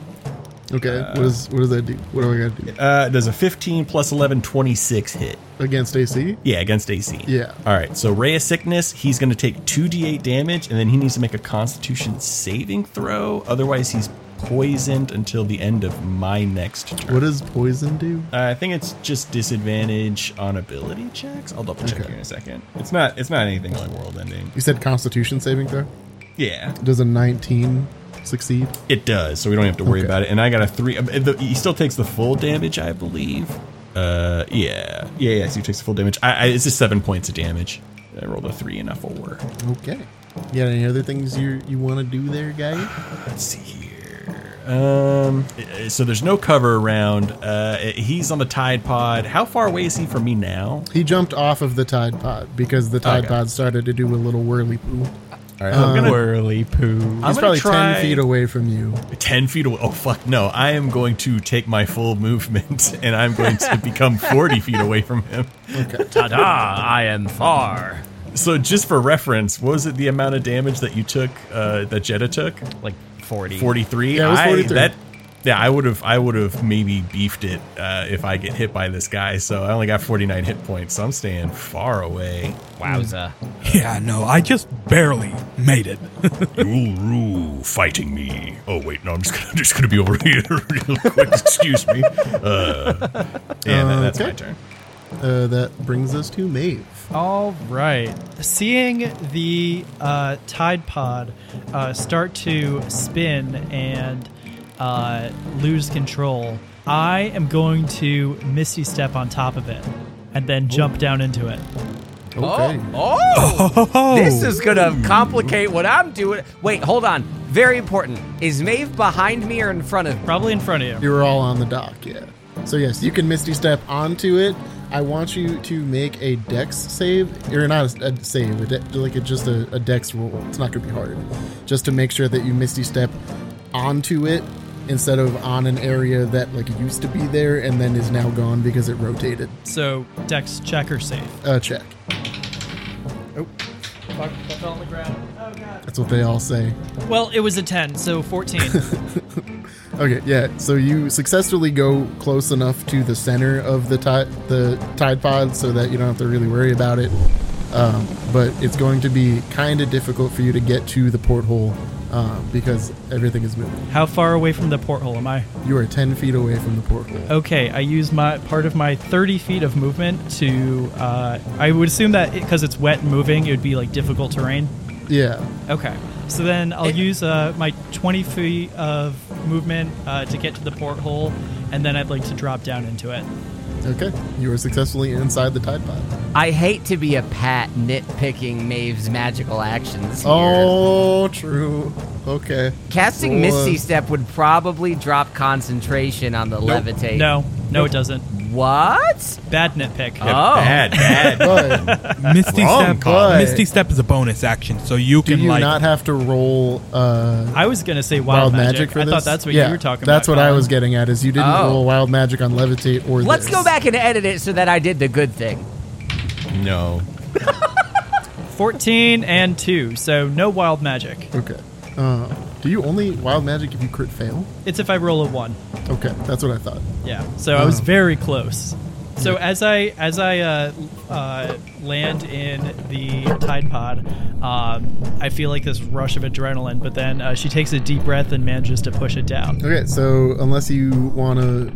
Speaker 1: Okay, what is what does that do? What do I got to do
Speaker 2: Uh, does a 15 plus 11, 26 hit?
Speaker 1: against AC?
Speaker 2: Yeah, against AC.
Speaker 1: Yeah.
Speaker 2: All right. So Ray of Sickness, he's going to take 2d8 damage, and then he needs to make a Constitution saving throw. Otherwise, he's poisoned until the end of my next turn.
Speaker 1: What does poison do?
Speaker 2: Uh, I think it's just disadvantage on ability checks. I'll double check
Speaker 1: Okay.
Speaker 2: here in a second. It's not. It's not anything like world-ending.
Speaker 1: You said Constitution saving throw.
Speaker 2: Yeah,
Speaker 1: Does a 19 succeed?
Speaker 2: it does. So we don't have to worry
Speaker 1: Okay.
Speaker 2: about it. And I got a three. uh, the- He still takes the full damage, I believe. Uh, yeah, yeah, yeah. So he takes the full damage. I, I, it's just seven points of damage. I rolled a three and a four.
Speaker 1: Okay. You got any other things you you want to do there, guy?
Speaker 2: Let's see here. Um, uh, so there's no cover around. Uh, he's on the tide pod. How far away is he from me now?
Speaker 1: He jumped off of the Tide Pod because the Tide
Speaker 2: Okay.
Speaker 1: Pod started to do a little whirly poo.
Speaker 2: All right, I'm gonna
Speaker 7: Whirly poo.
Speaker 2: I'm
Speaker 1: He's
Speaker 2: gonna
Speaker 1: probably
Speaker 2: try-
Speaker 1: 10 feet away from you.
Speaker 2: 10 feet away. Oh, fuck no. I am going to take my full movement and I'm going to become 40 feet away from him.
Speaker 7: Ta da! I am far.
Speaker 2: So, just for reference, what was it the amount of damage that you took, uh, that Jetta took?
Speaker 4: Like 40.
Speaker 2: 43?
Speaker 1: Yeah, it was
Speaker 2: I-
Speaker 1: 43.
Speaker 2: that, yeah, I would have, I would have maybe beefed it uh, if I get hit by this guy. So I only got 49 hit points. So I'm staying far away.
Speaker 4: Wowza.
Speaker 5: Yeah, no, I just barely made it.
Speaker 6: You'll rue fighting me. Oh wait, no, I'm just gonna, just gonna be over here real quick. Excuse me. Uh,
Speaker 2: And then that's my
Speaker 1: Okay.
Speaker 2: turn.
Speaker 1: Uh, that brings us to Maeve.
Speaker 3: All right. Seeing the uh, Tide Pod uh, start to spin and uh, lose control, I am going to Misty Step on top of it and then jump down into it.
Speaker 2: Oh.
Speaker 1: Okay.
Speaker 5: oh!
Speaker 4: This is gonna complicate what I'm doing. Wait, hold on. Very important. Is Maeve behind me or in front of me?
Speaker 3: Probably in front of you.
Speaker 1: You were all on the dock, yeah. So yes, you can Misty Step onto it. I want you to make a Dex save, or not a, a save, a de- like a, just a, a Dex roll. It's not going to be hard, just to make sure that you Misty Step onto it instead of on an area that like used to be there and then is now gone because it rotated.
Speaker 3: So Dex check or save.
Speaker 1: Uh, check.
Speaker 3: Oh. Fuck, that fell on the ground. Oh god.
Speaker 1: That's what they all say.
Speaker 3: Well, it was a ten, so fourteen.
Speaker 1: Okay, yeah. So you successfully go close enough to the center of the tide, the tide pod, so that you don't have to really worry about it. Um, but it's going to be kind of difficult for you to get to the porthole uh, because everything is moving.
Speaker 3: How far away from the porthole am I?
Speaker 1: You are ten feet away from the porthole.
Speaker 3: Okay, I use my part of my thirty feet of movement to. Uh, I would assume that because it's wet and moving, it would be like difficult terrain.
Speaker 1: Yeah.
Speaker 3: Okay. So then I'll use uh, my 20 feet of movement uh, to get to the porthole, and then I'd like to drop down into it.
Speaker 1: Okay. You are successfully inside the tide pod.
Speaker 4: I hate to be a pat nitpicking Maeve's magical actions. Here.
Speaker 1: Oh, true. Okay.
Speaker 4: Casting
Speaker 1: Roll a-
Speaker 4: Misty Step would probably drop concentration on the levitate.
Speaker 3: No, no, it doesn't.
Speaker 4: What?
Speaker 3: Bad nitpick.
Speaker 2: Uh-huh.
Speaker 4: Oh.
Speaker 2: Bad, bad.
Speaker 1: But
Speaker 5: Misty
Speaker 2: Wrong
Speaker 5: step. uh,
Speaker 1: call.
Speaker 5: Misty step is a bonus action, so you
Speaker 1: do
Speaker 5: can
Speaker 1: you
Speaker 5: like
Speaker 1: not have to roll uh,
Speaker 3: I was gonna say
Speaker 1: wild
Speaker 3: wild,
Speaker 1: magic, for
Speaker 3: I
Speaker 1: this?
Speaker 3: thought that's what
Speaker 1: yeah,
Speaker 3: you were talking
Speaker 1: That's
Speaker 3: about.
Speaker 1: what I
Speaker 3: Colin.
Speaker 1: was getting at. Is you didn't
Speaker 4: Oh.
Speaker 1: roll wild magic on levitate or
Speaker 4: Let's
Speaker 1: this.
Speaker 4: go back and edit it so that I did the good thing.
Speaker 2: No.
Speaker 3: 14 and two, so no wild magic.
Speaker 1: Okay. Uh, do you only wild magic if you crit fail?
Speaker 3: It's if I roll a one.
Speaker 1: Okay, that's what I thought.
Speaker 3: Yeah. So I was
Speaker 1: Oh.
Speaker 3: very close. So as I as I uh, uh, land in the tide pod, um, I feel like this rush of adrenaline. But then uh, she takes a deep breath and manages to push it down.
Speaker 1: Okay, so unless you want to,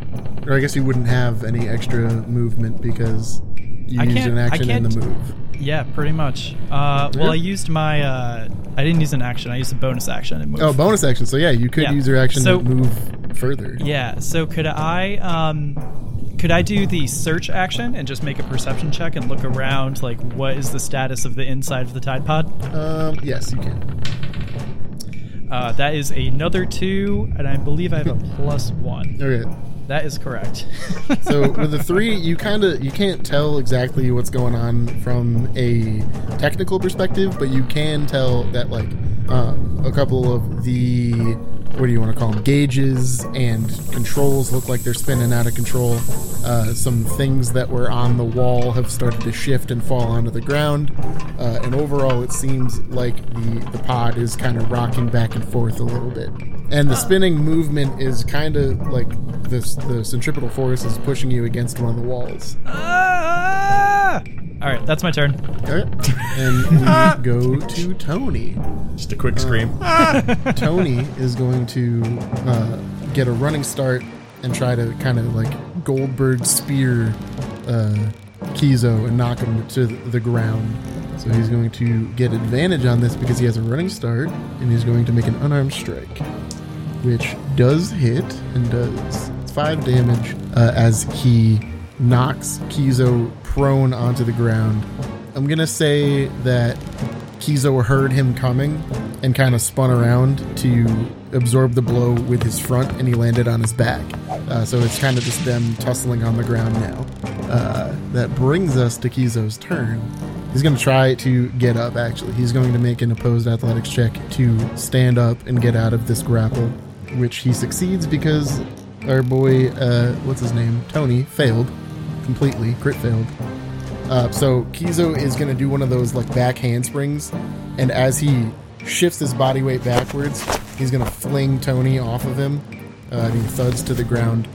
Speaker 1: or I guess you wouldn't have any extra movement because you
Speaker 3: I
Speaker 1: used
Speaker 3: can't-
Speaker 1: an
Speaker 3: I
Speaker 1: action and the
Speaker 3: can't-
Speaker 1: move.
Speaker 3: Yeah, pretty much. Uh, well,
Speaker 1: Yeah.
Speaker 3: I used my uh, I didn't use an action. I used a bonus action and move.
Speaker 1: Oh, bonus action. So yeah, you could
Speaker 3: Yeah.
Speaker 1: use your action
Speaker 3: So-
Speaker 1: to move further.
Speaker 3: Yeah. So could I um could I do the search action and just make a perception check and look around like what is the status of the inside of the tide pod?
Speaker 1: Um, yes, you can.
Speaker 3: Uh, that is another two, and I believe I have a plus one.
Speaker 1: Okay.
Speaker 3: That is correct.
Speaker 1: So with the three, you kind of you can't tell exactly what's going on from a technical perspective, but you can tell that like um, a couple of the what do you want to call them gauges and controls look like they're spinning out of control. Uh, some things that were on the wall have started to shift and fall onto the ground, uh, and overall it seems like the the pod is kind of rocking back and forth a little bit and the spinning movement is kind of like this the centripetal force is pushing you against one of the walls
Speaker 3: Ah! All right, that's my turn.
Speaker 1: okay. and we go to tony
Speaker 2: Just a quick scream.
Speaker 1: tony is going to uh, get a running start and try to kind of like goldberg spear uh, kizo and knock him to the ground so he's going to get advantage on this because he has a running start and he's going to make an unarmed strike which does hit and does five damage uh, as he knocks Kizo prone onto the ground. I'm gonna say that Kizo heard him coming and kind of spun around to absorb the blow with his front, and he landed on his back. Uh, so it's kind of just them tussling on the ground now. Uh, that brings us to Kizo's turn. He's going to try to get up, actually. He's going to make an opposed athletics check to stand up and get out of this grapple, which he succeeds because our boy, uh, what's his name? Tony, failed completely, crit failed. Uh, so Kizo is going to do one of those like back handsprings, and as he shifts his body weight backwards, he's going to fling Tony off of him. Uh, and he thuds to the ground.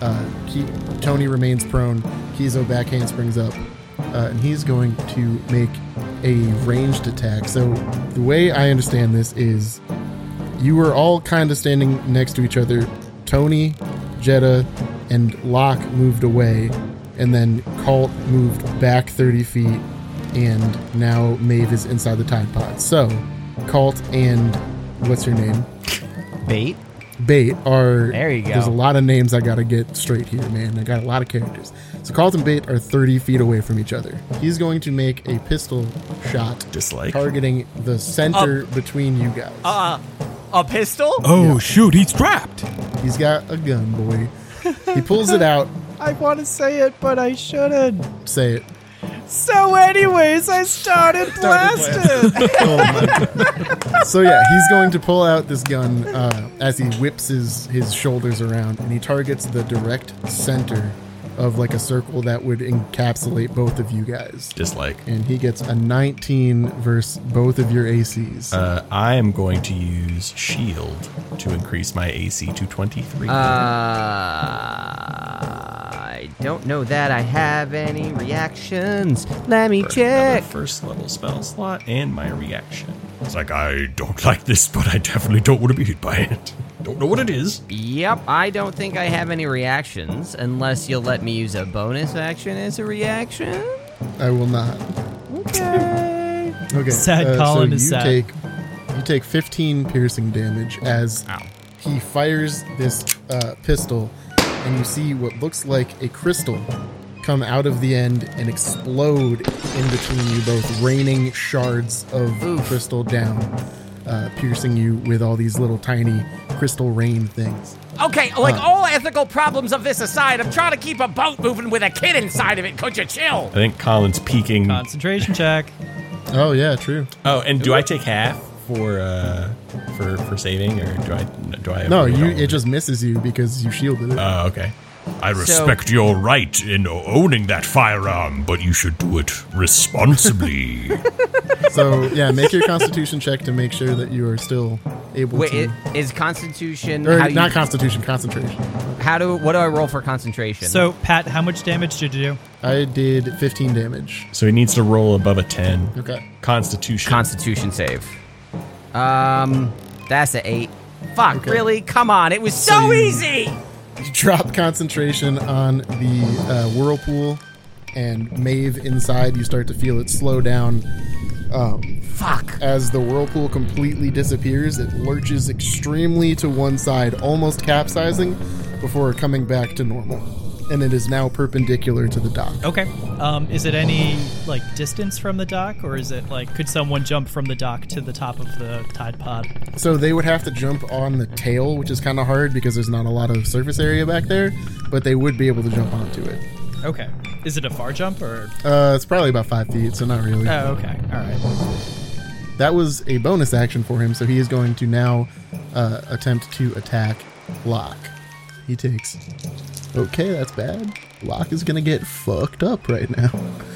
Speaker 1: Uh, Ki- Tony remains prone. Kizo back handsprings up, uh, and he's going to make a ranged attack. So the way I understand this is, you were all kind of standing next to each other. Tony, Jetta, and Locke moved away, and then Colt moved back 30 feet, and now Maeve is inside the Tide Pod. So, Colt and what's her name?
Speaker 4: Bait?
Speaker 1: Bait are.
Speaker 4: There you go.
Speaker 1: There's a lot of names I gotta get straight here, man. I got a lot of characters. So, Colt and Bait are 30 feet away from each other. He's going to make a pistol shot
Speaker 2: Dislike.
Speaker 1: targeting the center between you guys.
Speaker 4: Uh, a pistol?
Speaker 5: Oh shoot, he's trapped.
Speaker 1: He's got a gun, boy. He pulls it out.
Speaker 3: I want to say it, but I shouldn't.
Speaker 1: Say it.
Speaker 3: So, anyways, I started blasting.
Speaker 1: Oh my God. So yeah, he's going to pull out this gun uh, as he whips his, his shoulders around, and he targets the direct center of like a circle that would encapsulate both of you guys.
Speaker 2: Dislike.
Speaker 1: And he gets a 19 versus both of your ACs.
Speaker 2: Uh, I am going to use shield to increase my AC to 23.
Speaker 4: Uh, I don't know that I have any reactions. Let me
Speaker 2: Another
Speaker 4: check.
Speaker 2: First level spell slot and my reaction.
Speaker 6: It's like, I don't like this, but I definitely don't want to be hit by it. Don't know what it is.
Speaker 4: Yep, I don't think I have any reactions unless you'll let me use a bonus action as a reaction.
Speaker 1: I will not.
Speaker 4: Okay.
Speaker 1: Okay.
Speaker 3: Sad
Speaker 1: uh,
Speaker 3: Colin
Speaker 1: so
Speaker 3: is
Speaker 1: you
Speaker 3: sad.
Speaker 1: Take, you take 15 piercing damage as he fires this uh, pistol, and you see what looks like a crystal come out of the end and explode in between you both, raining shards of crystal down, uh, piercing you with all these little tiny crystal rain things.
Speaker 7: Okay, like all ethical problems of this aside, I'm trying to keep a boat moving with a kid inside of it. Could you chill?
Speaker 2: I think Colin's peaking.
Speaker 3: Concentration check.
Speaker 1: Oh yeah, true.
Speaker 2: Oh, and do I take half for uh for for saving or do I do I
Speaker 1: No, you
Speaker 2: don't-
Speaker 1: it just misses you because you shielded it.
Speaker 2: Oh, okay.
Speaker 6: I respect your right in owning that firearm, but you should do it responsibly.
Speaker 1: So yeah, make your Constitution check to make sure that you are still able
Speaker 4: Wait,
Speaker 1: to.
Speaker 4: i- is Constitution
Speaker 1: Or
Speaker 4: how you,
Speaker 1: not Constitution, concentration.
Speaker 4: how do what do I roll for concentration?
Speaker 3: So, Pat, how much damage did you do?
Speaker 1: I did 15 damage.
Speaker 2: So he needs to roll above a 10.
Speaker 1: Okay.
Speaker 2: Constitution.
Speaker 4: Constitution save. Um, that's a eight. Fuck,
Speaker 1: Okay.
Speaker 4: really? Come on, it was so easy.
Speaker 1: You drop concentration on the uh, whirlpool, and Mave inside, you start to feel it slow down. Um,
Speaker 4: Fuck.
Speaker 1: as the whirlpool completely disappears, it lurches extremely to one side, almost capsizing, before coming back to normal. And it is now perpendicular to the dock.
Speaker 4: Oh.
Speaker 3: Okay. Um, is it any like distance from the dock, or is it like could someone jump from the dock to the top of the tide pod?
Speaker 1: So they would have to jump on the tail, which is kind of hard because there's not a lot of surface area back there, but they would be able to jump onto it.
Speaker 3: Okay. Is it a far jump or?
Speaker 1: Uh, it's probably about five feet, so not really.
Speaker 3: Oh, okay. All right.
Speaker 1: That was a bonus action for him, so he is going to now uh, attempt to attack Locke. He takes. Okay, that's bad. Locke is going to get fucked up right now.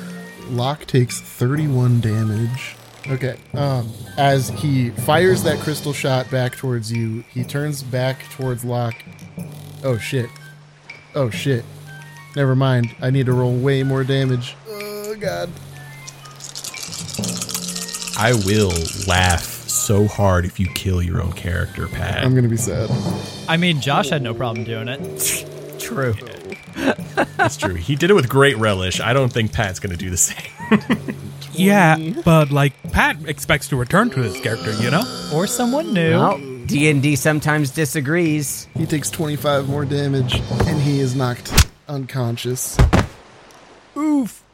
Speaker 1: Locke takes 31 damage. Okay, um, as he fires that crystal shot back towards you, he turns back towards Locke. Oh shit. Oh shit. Never mind. I need to roll way more damage. Oh god.
Speaker 2: I will laugh so hard if you kill your own character, Pat.
Speaker 1: I'm going to be sad.
Speaker 3: I mean, Josh had no problem doing it.
Speaker 4: True.
Speaker 2: That's true. He did it with great relish. I don't think Pat's going to do the same.
Speaker 5: Yeah, but like Pat expects to return to his character, you know?
Speaker 3: Or someone new.
Speaker 4: Well, D and D sometimes disagrees.
Speaker 1: He takes 25 more damage, and he is knocked unconscious. Oof.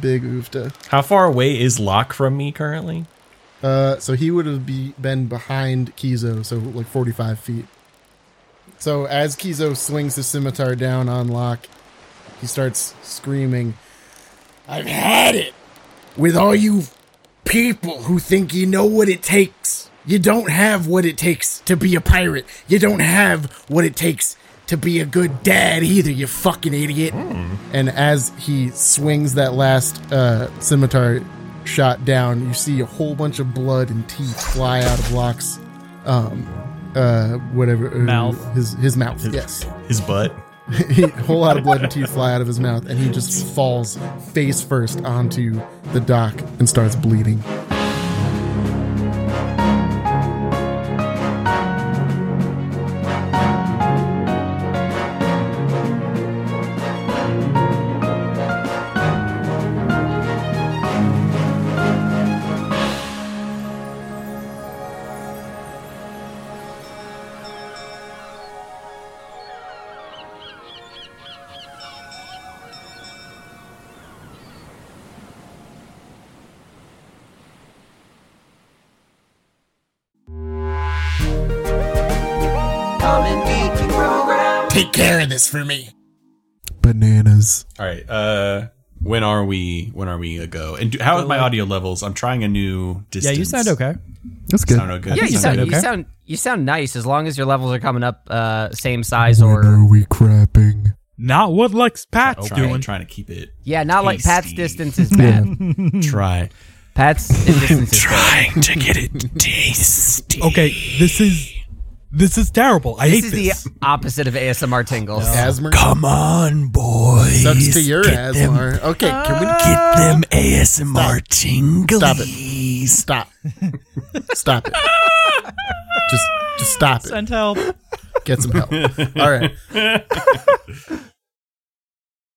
Speaker 1: Big oofta.
Speaker 2: How far away is Locke from me currently?
Speaker 1: Uh, so he would have be, been behind Kizo, so like 45 feet. So as Kizo swings his scimitar down on Locke, he starts screaming, I've had it with all you people who think you know what it takes. You don't have what it takes to be a pirate. You don't have what it takes to be a good dad either, you fucking idiot. And as he swings that last uh, scimitar shot down, you see a whole bunch of blood and teeth fly out of Locke's, um, uh, whatever. uh,
Speaker 3: Mouth.
Speaker 1: His, his mouth, yes.
Speaker 2: His butt.
Speaker 1: He, a whole lot of blood and teeth fly out of his mouth, and he just falls face first onto the dock and starts bleeding. Take care of this for me. Bananas.
Speaker 2: All right. Uh When are we? When are we a go? And do, how are my audio levels? I'm trying a new
Speaker 3: Yeah,
Speaker 2: distance.
Speaker 3: you sound okay.
Speaker 1: That's good.
Speaker 2: Sound okay?
Speaker 4: Yeah, you sound
Speaker 3: okay.
Speaker 4: you sound you sound nice as long as your levels are coming up uh, same size or
Speaker 1: we crapping?
Speaker 5: Not what Lex Pat's
Speaker 2: Try,
Speaker 5: doing.
Speaker 2: trying to keep it.
Speaker 4: yeah, not like Pat's
Speaker 2: Tasty.
Speaker 4: distance is bad.
Speaker 2: Try.
Speaker 4: Pat's distance is bad.
Speaker 6: Trying to get it tasty.
Speaker 5: Okay, this is this is terrible. I
Speaker 4: This
Speaker 5: hate
Speaker 4: is the
Speaker 5: this.
Speaker 4: opposite of ASMR tingles.
Speaker 1: Asthma
Speaker 6: Come on, boys.
Speaker 1: sucks to your asthma. Okay, can we
Speaker 6: Get them ASMR tingles.
Speaker 1: Stop stop? stop it. Just, just stop it.
Speaker 3: Send help.
Speaker 1: Get some help. All right.